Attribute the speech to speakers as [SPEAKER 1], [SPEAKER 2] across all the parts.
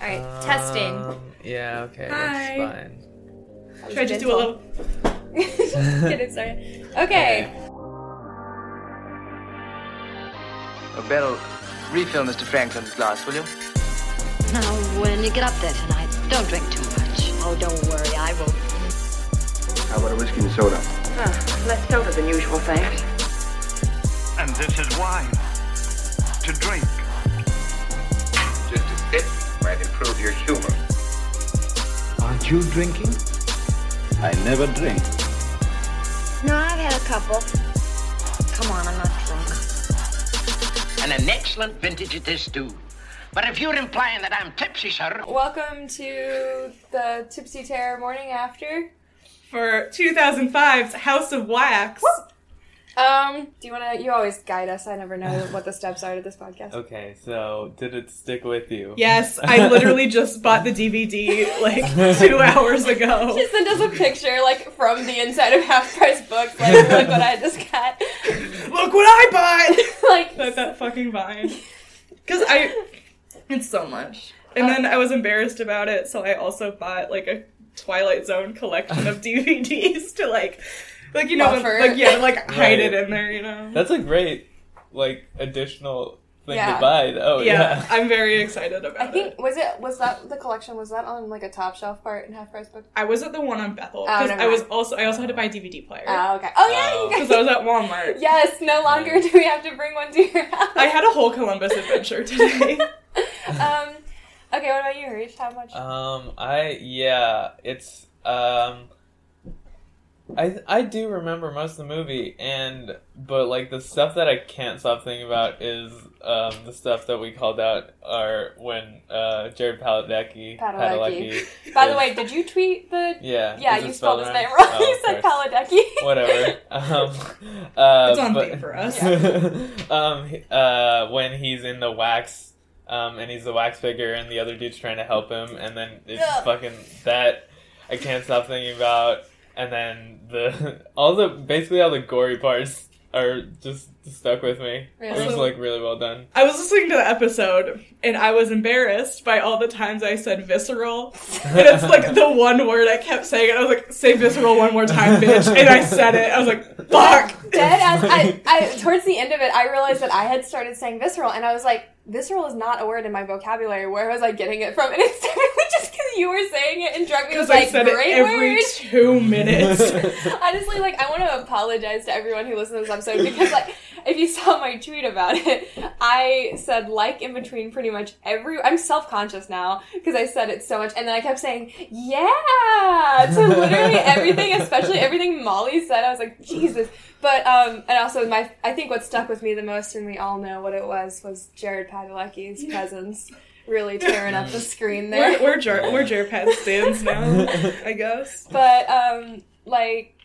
[SPEAKER 1] right, testing.
[SPEAKER 2] Uh,
[SPEAKER 3] Um, Yeah, okay,
[SPEAKER 1] Hi.
[SPEAKER 3] that's fine.
[SPEAKER 1] That was
[SPEAKER 2] Should I just do a
[SPEAKER 1] dental.
[SPEAKER 2] little?
[SPEAKER 1] Just Get it started. Okay.
[SPEAKER 4] Bell, refill Mr. Franklin's glass, will you?
[SPEAKER 5] Now, when you get up there tonight, don't drink too much. Oh, don't worry, I won't.
[SPEAKER 6] How about a whiskey and soda?
[SPEAKER 7] Less soda than usual, thanks.
[SPEAKER 8] And this is wine to drink.
[SPEAKER 9] Just a sip might improve your humor.
[SPEAKER 6] Aren't you drinking? I never drink.
[SPEAKER 5] No, I've had a couple. Come on, I'm not drunk.
[SPEAKER 10] And an excellent vintage it is, too. But if you're implying that I'm tipsy, sir,
[SPEAKER 1] Welcome to the Tipsy Terror morning after.
[SPEAKER 2] for 2005's House of Wax.
[SPEAKER 1] Um, do you want to? You always guide us. I never know what the steps are to this podcast.
[SPEAKER 3] Okay, so did it stick with you?
[SPEAKER 2] Yes, I literally just bought the DVD like two hours ago.
[SPEAKER 1] She sent us a picture, like from the inside of Half Price Books, like look what I just got.
[SPEAKER 2] Look what I bought!
[SPEAKER 1] like,
[SPEAKER 2] that, that fucking vine. Because I, it's so much. And then I was embarrassed about it, so I also bought like a Twilight Zone collection of DVDs to like, like you know,
[SPEAKER 1] Buffer.
[SPEAKER 2] like yeah, like hide it
[SPEAKER 3] Right.
[SPEAKER 2] in there, you know.
[SPEAKER 3] That's a great, like, additional thing
[SPEAKER 1] Yeah.
[SPEAKER 3] to buy. Oh,
[SPEAKER 2] yeah,
[SPEAKER 3] yeah.
[SPEAKER 2] I'm very excited about
[SPEAKER 1] I think
[SPEAKER 2] it.
[SPEAKER 1] was it was that the collection was that on like a top shelf part in Half Price Books?
[SPEAKER 2] I was at the one on Bethel
[SPEAKER 1] Oh,
[SPEAKER 2] because
[SPEAKER 1] never
[SPEAKER 2] I was
[SPEAKER 1] mind.
[SPEAKER 2] also I also had to buy a DVD player
[SPEAKER 1] Oh, okay. Oh yeah,
[SPEAKER 3] Oh.
[SPEAKER 1] you guys.
[SPEAKER 2] because I was at Walmart.
[SPEAKER 1] Yes, no longer do we have to bring one to your house.
[SPEAKER 2] I had a whole Columbus adventure today.
[SPEAKER 1] um, okay, what about you, Harish? How much?
[SPEAKER 3] Um, I yeah, it's um, I I do remember most of the movie, and but like the stuff that I can't stop thinking about is um the stuff that we called out are when uh Jared Padalecki
[SPEAKER 1] Padalecki.
[SPEAKER 3] Padalecki
[SPEAKER 1] By the
[SPEAKER 3] is-
[SPEAKER 1] way, did you tweet the?
[SPEAKER 3] yeah
[SPEAKER 1] Yeah,
[SPEAKER 3] is it
[SPEAKER 1] you spelled his
[SPEAKER 3] wrong?
[SPEAKER 1] name wrong.
[SPEAKER 3] Oh,
[SPEAKER 1] you said
[SPEAKER 3] sorry.
[SPEAKER 1] Paladecki.
[SPEAKER 3] whatever. Um, uh,
[SPEAKER 2] It's on
[SPEAKER 3] but-
[SPEAKER 2] theme for us.
[SPEAKER 3] um, he- uh, when he's in the wax, um, and he's the wax figure, and the other dude's trying to help him, and then it's
[SPEAKER 1] Ugh.
[SPEAKER 3] fucking that I can't stop thinking about. And then the all the basically all the gory parts are just stuck with me. It was
[SPEAKER 2] Also-
[SPEAKER 3] like really well done.
[SPEAKER 2] I was listening to the episode and I was embarrassed by all the times I said visceral. And it's like the one word I kept saying. And I was like, say visceral one more time, bitch. And I said it. I was like, fuck.
[SPEAKER 1] Dead ass. I, I towards the end of it, I realized that I had started saying visceral, and I was like, visceral is not a word in my vocabocabulary. Where was I getting it from? And it's definitely just because you were saying it and drug me
[SPEAKER 2] Because
[SPEAKER 1] was
[SPEAKER 2] I
[SPEAKER 1] like,
[SPEAKER 2] said it
[SPEAKER 1] great
[SPEAKER 2] every
[SPEAKER 1] word.
[SPEAKER 2] two minutes.
[SPEAKER 1] Honestly, like I want to apologize to everyone who listened to this episode because, like, if you saw my tweet about it, I said like in between pretty much every. I'm self conscious now because I said it so much, and then I kept saying yeah to literally everything, especially everything Molly said. I was like Jesus, but um, and also my I think what stuck with me the most, and we all know what it was, was Jared Padalecki's presence really tearing up the screen there.
[SPEAKER 2] Where, where, Jer- where Jerpad stands now, I guess.
[SPEAKER 1] But um like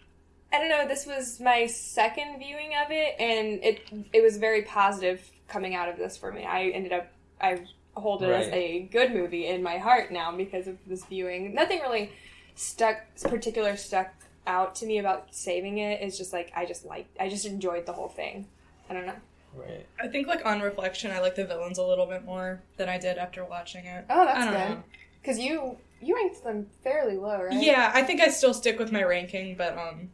[SPEAKER 1] I don't know, this was my second viewing of it and it it was very positive coming out of this for me. I ended up I hold it as
[SPEAKER 3] Right.
[SPEAKER 1] a good movie in my heart now because of this viewing. Nothing really stuck particular stuck out to me about saving it. It's just like I just like I just enjoyed the whole thing. I don't know.
[SPEAKER 3] Right.
[SPEAKER 2] I think, like, on reflection, I like the villains a little bit more than I did after watching it.
[SPEAKER 1] Oh,
[SPEAKER 2] I
[SPEAKER 1] that's
[SPEAKER 2] don't
[SPEAKER 1] good.
[SPEAKER 2] know.
[SPEAKER 1] Cuz you you ranked them fairly low, right?
[SPEAKER 2] Yeah, I think I still stick with my ranking, but um,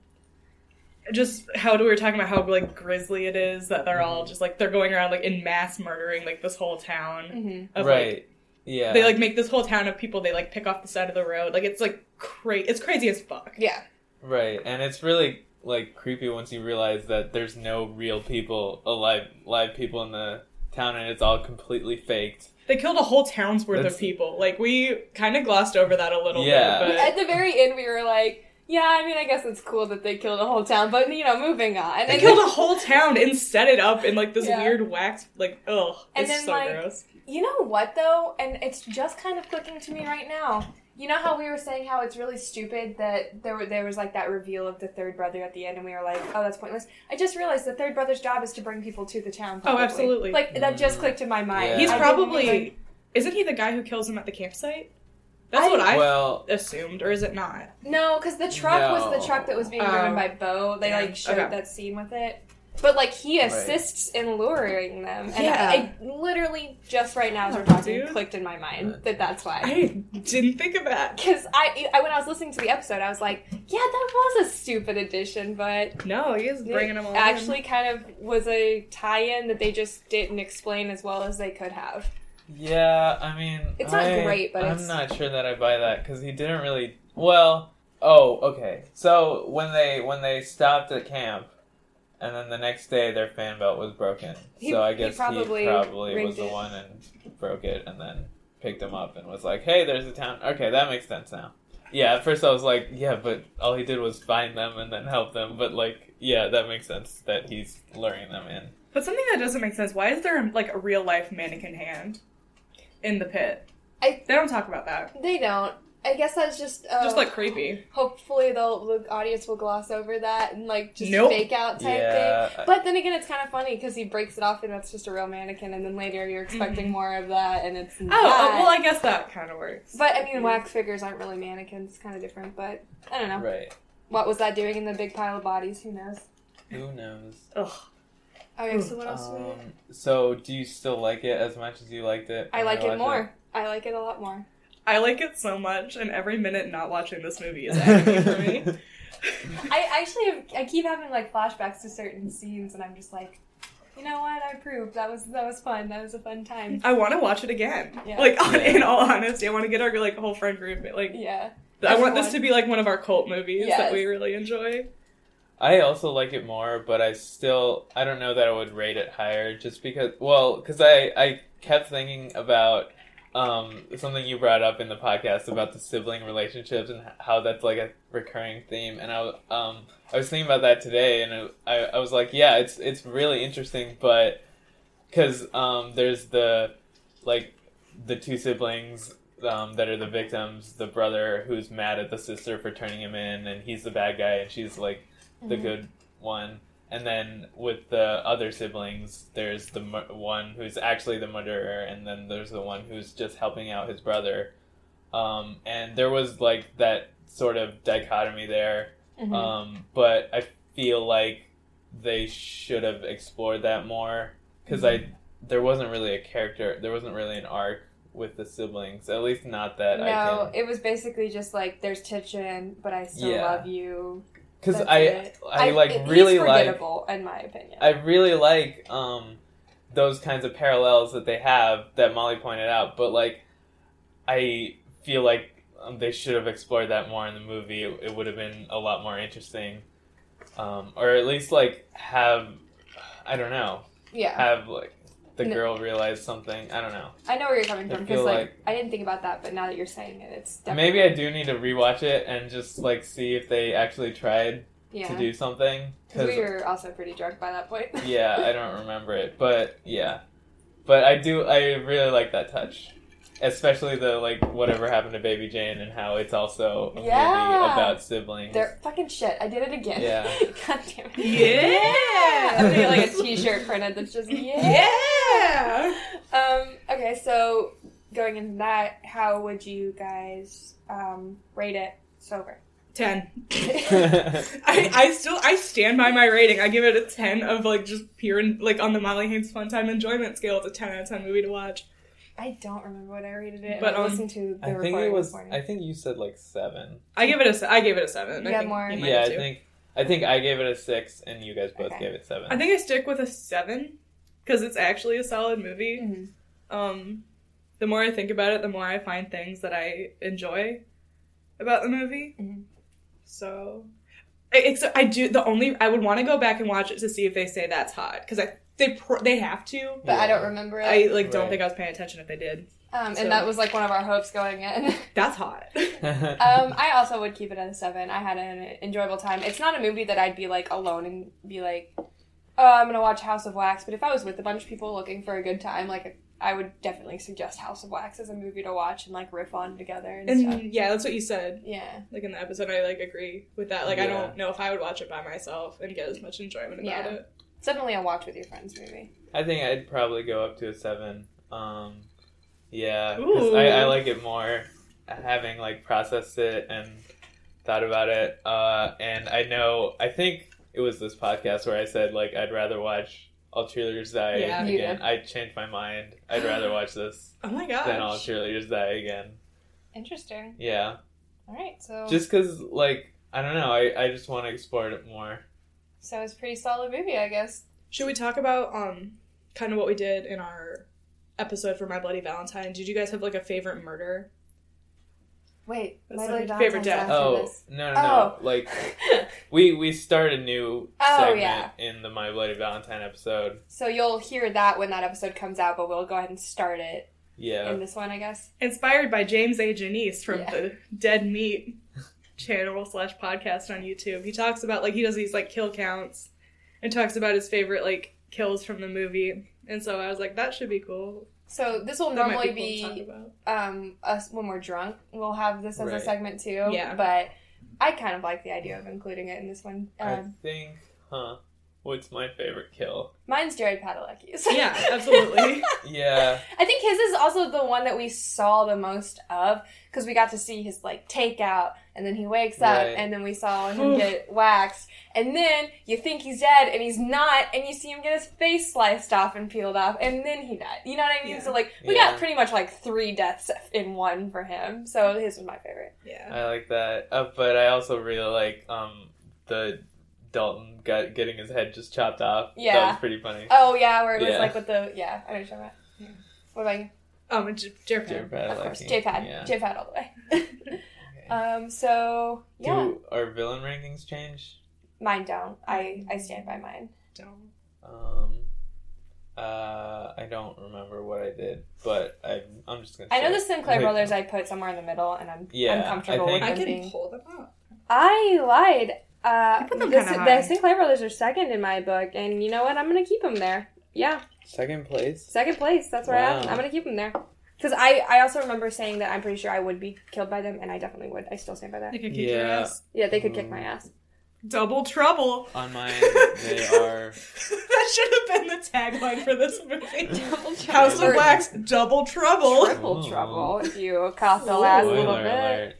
[SPEAKER 2] just how we were talking about how like grisly it is that they're
[SPEAKER 1] Mm-hmm.
[SPEAKER 2] all just like they're going around like in mass murdering like this whole town.
[SPEAKER 1] Mhm.
[SPEAKER 2] Of,
[SPEAKER 3] right.
[SPEAKER 2] Like,
[SPEAKER 3] yeah.
[SPEAKER 2] they like make this whole town of people they like pick off the side of the road. Like it's like crazy. It's crazy as fuck.
[SPEAKER 1] Yeah.
[SPEAKER 3] Right, and it's really like creepy once you realize that there's no real people alive, live people in the town, and it's all completely faked.
[SPEAKER 2] They killed a whole town's worth
[SPEAKER 3] That's-
[SPEAKER 2] of people. Like we kind of glossed over that a little
[SPEAKER 3] Yeah.
[SPEAKER 2] bit. But
[SPEAKER 1] At the very end, we were like, yeah, I mean, I guess it's cool that they killed a whole town, but you know, moving on. And
[SPEAKER 2] they
[SPEAKER 1] then,
[SPEAKER 2] killed a whole town and set it up in like this
[SPEAKER 1] Yeah.
[SPEAKER 2] weird wax. Like ugh,
[SPEAKER 1] And
[SPEAKER 2] it's
[SPEAKER 1] then,
[SPEAKER 2] so
[SPEAKER 1] like,
[SPEAKER 2] gross.
[SPEAKER 1] you know what though? And it's just kind of clicking to me right now. You know how we were saying how it's really stupid that there were, there was like that reveal of the third brother at the end, and we were like, oh, that's pointless. I just realized the third brother's job is to bring people to the town.
[SPEAKER 2] Oh, absolutely.
[SPEAKER 1] Like that just clicked in my mind.
[SPEAKER 3] Yeah.
[SPEAKER 2] He's
[SPEAKER 1] I didn't even-
[SPEAKER 2] probably isn't he the guy who kills him at the campsite? That's
[SPEAKER 1] I-
[SPEAKER 2] what I
[SPEAKER 3] well,
[SPEAKER 2] assumed, or is it not?
[SPEAKER 1] no, because the truck
[SPEAKER 3] No.
[SPEAKER 1] was the truck that was being
[SPEAKER 2] Oh.
[SPEAKER 1] driven by Bo. They
[SPEAKER 2] Yeah.
[SPEAKER 1] like showed
[SPEAKER 2] Okay.
[SPEAKER 1] that scene with it. But like he assists in luring them, and
[SPEAKER 2] Yeah.
[SPEAKER 1] I, I literally just right now as we're
[SPEAKER 2] Oh,
[SPEAKER 1] talking
[SPEAKER 2] dude.
[SPEAKER 1] clicked in my mind that that's why.
[SPEAKER 2] I didn't think of that.
[SPEAKER 1] Because I, I when I was listening to the episode, I was like, yeah, that was a stupid addition, but
[SPEAKER 2] No, he is
[SPEAKER 1] it
[SPEAKER 2] bringing them all. in.
[SPEAKER 1] actually kind of was a tie-in that they just didn't explain as well as they could have.
[SPEAKER 3] Yeah, I mean,
[SPEAKER 1] It's not
[SPEAKER 3] I-
[SPEAKER 1] great, but
[SPEAKER 3] I'm
[SPEAKER 1] it's-
[SPEAKER 3] not sure that I buy that because he didn't really. Well, oh, okay. So when they when they stopped at camp, and then the next day their fan belt was broken.
[SPEAKER 1] He-
[SPEAKER 3] so I
[SPEAKER 1] he
[SPEAKER 3] guess he
[SPEAKER 1] probably
[SPEAKER 3] probably,
[SPEAKER 1] rigged
[SPEAKER 3] was the
[SPEAKER 1] it.
[SPEAKER 3] one and broke it, and then picked him up and was like, "Hey, there's a town." Okay, that makes sense now. Yeah, at first I was like, "Yeah," but all he did was find them and then help them. But like, yeah, that makes sense that he's luring them in.
[SPEAKER 2] But something that doesn't make sense. Why is there like a real life mannequin hand in the pit?
[SPEAKER 1] I-
[SPEAKER 2] they don't talk about that.
[SPEAKER 1] They don't. I guess that's just uh,
[SPEAKER 2] Just like creepy.
[SPEAKER 1] hopefully they'll, the audience will gloss over that and like just
[SPEAKER 2] Nope.
[SPEAKER 1] fake out type
[SPEAKER 3] Yeah,
[SPEAKER 1] thing.
[SPEAKER 3] I-
[SPEAKER 1] But then again, it's kind of funny because he breaks it off and that's just a real mannequin, and then later you're expecting more of that, and it's
[SPEAKER 2] Oh,
[SPEAKER 1] not.
[SPEAKER 2] oh, well, I guess that kind of works.
[SPEAKER 1] but I mean, wax figures aren't really mannequins; it's kind of different. But I don't know
[SPEAKER 3] Right?
[SPEAKER 1] what was that doing in the big pile of bodies. Who knows?
[SPEAKER 3] Who knows?
[SPEAKER 2] Ugh.
[SPEAKER 1] Okay, so what else? we
[SPEAKER 3] Um, so, do you still like it as much as you liked it?
[SPEAKER 1] I
[SPEAKER 3] when
[SPEAKER 1] like it
[SPEAKER 3] you watched
[SPEAKER 1] more. I like it a lot more.
[SPEAKER 2] I like it so much, and every minute not watching this movie is agony for me.
[SPEAKER 1] I actually have, I keep having like flashbacks to certain scenes, and I'm just like, you know what? I approve. That was that was fun. That was a fun time.
[SPEAKER 2] I want to watch it again.
[SPEAKER 1] Yeah.
[SPEAKER 2] Like, on,
[SPEAKER 3] Yeah.
[SPEAKER 2] in all honesty, I want to get our like whole friend group. Like,
[SPEAKER 1] Yeah,
[SPEAKER 2] I want
[SPEAKER 1] everyone.
[SPEAKER 2] this to be like one of our cult movies
[SPEAKER 1] Yes.
[SPEAKER 2] that we really enjoy.
[SPEAKER 3] I also like it more, but I still I don't know that I would rate it higher just because well, cuz I I kept thinking about um, something you brought up in the podcast about the sibling relationships and how that's like a recurring theme, and I w- um, I was thinking about that today, and it, I I was like, yeah, it's it's really interesting, but because um, there's the like the two siblings um, that are the victims, the brother who's mad at the sister for turning him in, and he's the bad guy, and she's like
[SPEAKER 1] Mm-hmm.
[SPEAKER 3] the good one. And then with the other siblings, there's the mur- one who's actually the murderer, and then there's the one who's just helping out his brother. Um, and there was like that sort of dichotomy there,
[SPEAKER 1] Mm-hmm.
[SPEAKER 3] um, but I feel like they should have explored that more because
[SPEAKER 1] Mm-hmm.
[SPEAKER 3] I there wasn't really a character, there wasn't really an arc with the siblings, at least not that I
[SPEAKER 1] no,
[SPEAKER 3] can.
[SPEAKER 1] it was basically just like there's tension, but I still
[SPEAKER 3] Yeah.
[SPEAKER 1] love you.
[SPEAKER 3] Because
[SPEAKER 1] That's
[SPEAKER 3] I,
[SPEAKER 1] it.
[SPEAKER 3] I like
[SPEAKER 1] it- he's
[SPEAKER 3] really like
[SPEAKER 1] forgettable, in my opinion.
[SPEAKER 3] I really like um, those kinds of parallels that they have that Molly pointed out, but like I feel like um, they should have explored that more in the movie. It, it would have been a lot more interesting, um, or at least like have I don't know
[SPEAKER 1] yeah,
[SPEAKER 3] have like the
[SPEAKER 1] No.
[SPEAKER 3] girl realize something. I don't know.
[SPEAKER 1] I know where you're coming
[SPEAKER 3] I
[SPEAKER 1] from because
[SPEAKER 3] feel
[SPEAKER 1] like,
[SPEAKER 3] like-
[SPEAKER 1] I didn't think about that, but now that you're saying it, it's definitely,
[SPEAKER 3] Maybe I do need to rewatch it and just like see if they actually tried
[SPEAKER 1] yeah.
[SPEAKER 3] to do something
[SPEAKER 1] 'Cause we were also pretty drunk by that point.
[SPEAKER 3] yeah, I don't remember it, but yeah, but I do. I really like that touch, especially the like whatever happened to Baby Jane and how it's also a
[SPEAKER 1] Yeah.
[SPEAKER 3] movie about siblings.
[SPEAKER 1] They're fucking shit. I did it again.
[SPEAKER 3] Yeah.
[SPEAKER 1] God damn it.
[SPEAKER 2] Yeah.
[SPEAKER 1] I'm gonna get like a T-shirt printed that's just yeah.
[SPEAKER 2] Yeah.
[SPEAKER 1] Um, okay, so going into that, how would you guys um, rate it sober?
[SPEAKER 2] Ten. I, I still I stand by my rating. I give it a ten of like just pure and like on the Molly Haynes fun time enjoyment scale. It's a ten out of ten movie to watch.
[SPEAKER 1] I don't remember what I rated it, but
[SPEAKER 2] But,
[SPEAKER 1] I
[SPEAKER 2] um,
[SPEAKER 1] listened to the
[SPEAKER 3] I think
[SPEAKER 1] recording
[SPEAKER 3] it
[SPEAKER 1] this
[SPEAKER 3] was.
[SPEAKER 1] morning.
[SPEAKER 3] I think you said like seven.
[SPEAKER 2] I give it a se- I gave it a seven.
[SPEAKER 1] You
[SPEAKER 2] I
[SPEAKER 1] got
[SPEAKER 2] think
[SPEAKER 1] more?
[SPEAKER 2] you might
[SPEAKER 3] yeah, I
[SPEAKER 2] too.
[SPEAKER 3] think. I think I gave it a six, and you guys both
[SPEAKER 1] Okay.
[SPEAKER 3] gave it seven.
[SPEAKER 2] I think I stick with a seven because it's actually a solid movie.
[SPEAKER 1] Mhm.
[SPEAKER 2] Um, the more I think about it, the more I find things that I enjoy about the movie.
[SPEAKER 1] Mhm.
[SPEAKER 2] So, I- except I do the only I would want to go back and watch it to see if they say that's hot because I they pr- they have to.
[SPEAKER 1] but I don't remember it.
[SPEAKER 2] I like don't
[SPEAKER 3] Right.
[SPEAKER 2] think I was paying attention if they did.
[SPEAKER 1] um, and
[SPEAKER 2] so-
[SPEAKER 1] that was like one of our hopes going in.
[SPEAKER 2] That's hot.
[SPEAKER 1] um, I also would keep it at a seven. I had an enjoyable time. It's not a movie that I'd be like alone and be like, oh, I'm gonna watch House of Wax. But if I was with a bunch of people looking for a good time, like I would definitely suggest House of Wax as a movie to watch and like riff on together and, stuff.
[SPEAKER 2] and yeah, that's what you said.
[SPEAKER 1] Yeah,
[SPEAKER 2] Like in the episode, I like agree with that. Like I
[SPEAKER 3] Yeah.
[SPEAKER 2] don't know if I would watch it by myself and get as much enjoyment about
[SPEAKER 1] Yeah.
[SPEAKER 2] it.
[SPEAKER 1] it's definitely a watch with your friends movie.
[SPEAKER 3] I think I'd probably go up to a seven. Um, yeah, 'cause I, I
[SPEAKER 2] Ooh.
[SPEAKER 3] like it more having like processed it and thought about it. Uh, and I know I think it was this podcast where I said like I'd rather watch All Cheerleaders Die
[SPEAKER 2] Yeah.
[SPEAKER 1] You
[SPEAKER 3] again.
[SPEAKER 1] did.
[SPEAKER 3] I changed my mind. I'd rather watch this
[SPEAKER 2] Oh my
[SPEAKER 3] than All
[SPEAKER 2] gosh.
[SPEAKER 3] Cheerleaders Die again.
[SPEAKER 1] Interesting.
[SPEAKER 3] Yeah,
[SPEAKER 1] All right, so
[SPEAKER 3] just because like I don't know. I I just want to explore it more.
[SPEAKER 1] so it's a pretty solid movie, I guess.
[SPEAKER 2] Should we talk about um kind of what we did in our episode for My Bloody Valentine? Did you guys have like a favorite murder?
[SPEAKER 1] Wait,
[SPEAKER 2] That's
[SPEAKER 1] my
[SPEAKER 2] my
[SPEAKER 1] Bloody Valentine's
[SPEAKER 2] favorite death.
[SPEAKER 1] after
[SPEAKER 3] Oh
[SPEAKER 1] this.
[SPEAKER 3] no no no! Like we we start a new
[SPEAKER 1] Oh,
[SPEAKER 3] segment
[SPEAKER 1] yeah.
[SPEAKER 3] in the My Bloody Valentine episode.
[SPEAKER 1] So you'll hear that when that episode comes out, but we'll go ahead and start it in
[SPEAKER 3] Yeah,
[SPEAKER 1] this one, I guess.
[SPEAKER 2] Inspired by James A. Janice from
[SPEAKER 1] Yeah.
[SPEAKER 2] the Dead Meat channel slash podcast on YouTube. He talks about like he does these like kill counts and talks about his favorite like kills from the movie. And so I was like, that should be cool.
[SPEAKER 1] So this will
[SPEAKER 2] That might
[SPEAKER 1] normally
[SPEAKER 2] cool to
[SPEAKER 1] be
[SPEAKER 2] talk about.
[SPEAKER 1] um, us when we're drunk. We'll have this as
[SPEAKER 3] Right.
[SPEAKER 1] a segment too.
[SPEAKER 2] Yeah.
[SPEAKER 1] But I kind of like the idea of including it in this one.
[SPEAKER 3] I
[SPEAKER 1] Um,
[SPEAKER 3] think. Huh? What's my favorite kill?
[SPEAKER 1] mine's Jared Padalecki's.
[SPEAKER 2] Yeah, absolutely.
[SPEAKER 3] Yeah.
[SPEAKER 1] I think his is also the one that we saw the most of because we got to see his like takeout, and then he wakes up,
[SPEAKER 3] Right.
[SPEAKER 1] and then we saw him get waxed, and then you think he's dead, and he's not, and you see him get his face sliced off and peeled off, and then he died. You know what I mean?
[SPEAKER 2] Yeah.
[SPEAKER 1] So like we
[SPEAKER 3] Yeah.
[SPEAKER 1] got pretty much like three deaths in one for him. So his was my favorite.
[SPEAKER 2] yeah.
[SPEAKER 3] I like that, uh, but I also really like um the Dalton gut getting his head just chopped off. that
[SPEAKER 1] Yeah.
[SPEAKER 3] was pretty funny.
[SPEAKER 1] Oh yeah, where it was
[SPEAKER 3] Yeah.
[SPEAKER 1] like with the yeah, I know what you're talking about. What about you?
[SPEAKER 2] Um, J- Jared
[SPEAKER 3] Jared
[SPEAKER 2] Padalecki.
[SPEAKER 3] Padalecki.
[SPEAKER 1] Of course, J-pad,
[SPEAKER 3] Yeah.
[SPEAKER 1] J-pad all the way.
[SPEAKER 3] Okay.
[SPEAKER 1] um, so yeah,
[SPEAKER 3] Do our villain rankings change?
[SPEAKER 1] mine don't. I I stand by mine.
[SPEAKER 2] Don't-
[SPEAKER 3] Um, uh, I don't remember what I did, but I, I'm just gonna.
[SPEAKER 1] I know
[SPEAKER 3] say
[SPEAKER 1] the
[SPEAKER 3] it.
[SPEAKER 1] Sinclair
[SPEAKER 3] Wait.
[SPEAKER 1] brothers I put somewhere in the middle, and I'm
[SPEAKER 3] Yeah, I
[SPEAKER 1] uncomfortable
[SPEAKER 3] think-
[SPEAKER 1] with
[SPEAKER 2] I
[SPEAKER 1] them
[SPEAKER 2] can
[SPEAKER 1] being.
[SPEAKER 2] pull them up.
[SPEAKER 1] I lied. Uh,
[SPEAKER 2] I put them
[SPEAKER 1] the,
[SPEAKER 2] kinda
[SPEAKER 1] the
[SPEAKER 2] high.
[SPEAKER 1] Sinclair brothers are second in my book, and you know what? I'm gonna keep them there. Yeah,
[SPEAKER 3] second place.
[SPEAKER 1] second place. That's where I'm.
[SPEAKER 3] Wow.
[SPEAKER 1] I'm gonna keep them there. Because I, I also remember saying that I'm pretty sure I would be killed by them, and I definitely would. I still stand by that.
[SPEAKER 2] They could kick your
[SPEAKER 3] Yeah.
[SPEAKER 2] ass.
[SPEAKER 1] Yeah, they could kick
[SPEAKER 3] Mm.
[SPEAKER 1] my ass.
[SPEAKER 2] Double trouble.
[SPEAKER 3] On mine, they are.
[SPEAKER 2] that should have been the tagline for this movie.
[SPEAKER 1] Double trouble.
[SPEAKER 2] House
[SPEAKER 1] Or
[SPEAKER 2] of Wax, double trouble.
[SPEAKER 1] Triple
[SPEAKER 3] Ooh.
[SPEAKER 1] trouble if you cough the last
[SPEAKER 3] Oh. Spoiler
[SPEAKER 1] little bit.
[SPEAKER 3] alert.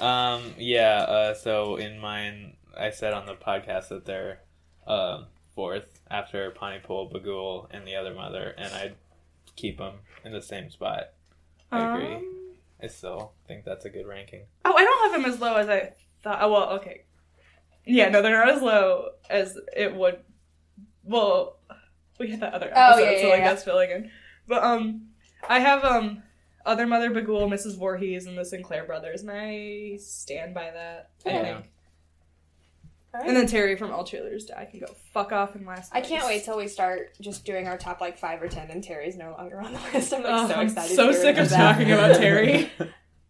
[SPEAKER 3] Um, yeah, uh, so in mine, I said on the podcast that they're uh, fourth after Pontypool, Bagul, and the other mother, and I'd keep them in the same spot. I agree.
[SPEAKER 2] Um,
[SPEAKER 3] I still think that's a good ranking.
[SPEAKER 2] oh, I don't have them as low as I thought. Oh, well, okay. Yeah, no, they're not as low as it would. Well, we had that other
[SPEAKER 1] Oh,
[SPEAKER 2] episode,
[SPEAKER 1] yeah,
[SPEAKER 2] so
[SPEAKER 1] yeah,
[SPEAKER 2] like
[SPEAKER 1] yeah.
[SPEAKER 2] that's filling in. But um, I have um, other mother Bagul, Mrs. Voorhees, and the Sinclair brothers, and I stand by that. I
[SPEAKER 3] Yeah.
[SPEAKER 2] think.
[SPEAKER 1] All right.
[SPEAKER 2] And then Terry from All Cheerleaders Die can go fuck off in last.
[SPEAKER 1] I can't
[SPEAKER 2] place.
[SPEAKER 1] wait till we start just doing our top like five or ten, and Terry's no longer on the list. I'm like
[SPEAKER 2] Oh,
[SPEAKER 1] so
[SPEAKER 2] I'm
[SPEAKER 1] excited.
[SPEAKER 2] so
[SPEAKER 1] to get rid
[SPEAKER 2] sick of
[SPEAKER 1] that.
[SPEAKER 2] talking about Terry.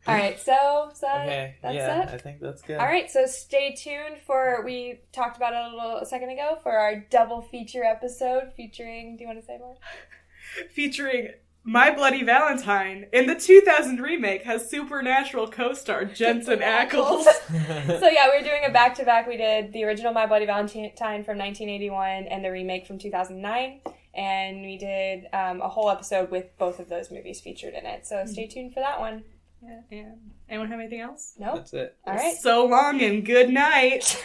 [SPEAKER 1] All right, so so
[SPEAKER 3] Okay,
[SPEAKER 1] that's
[SPEAKER 3] yeah,
[SPEAKER 1] it.
[SPEAKER 3] I think that's good.
[SPEAKER 1] All right, so stay tuned for we talked about it a little a second ago for our double feature episode featuring. Do you want to say more?
[SPEAKER 2] featuring My Bloody Valentine in the 2000 remake has supernatural co-star Jensen Ackles.
[SPEAKER 1] so yeah, we're doing a back to back. We did the original My Bloody Valentine from 1981 and the remake from 2009, and we did um, a whole episode with both of those movies featured in it. So
[SPEAKER 2] Mm.
[SPEAKER 1] stay tuned for that one.
[SPEAKER 2] Yeah. Anyone have anything else?
[SPEAKER 1] Nope.
[SPEAKER 3] That's it.
[SPEAKER 1] All right.
[SPEAKER 2] So long and good night.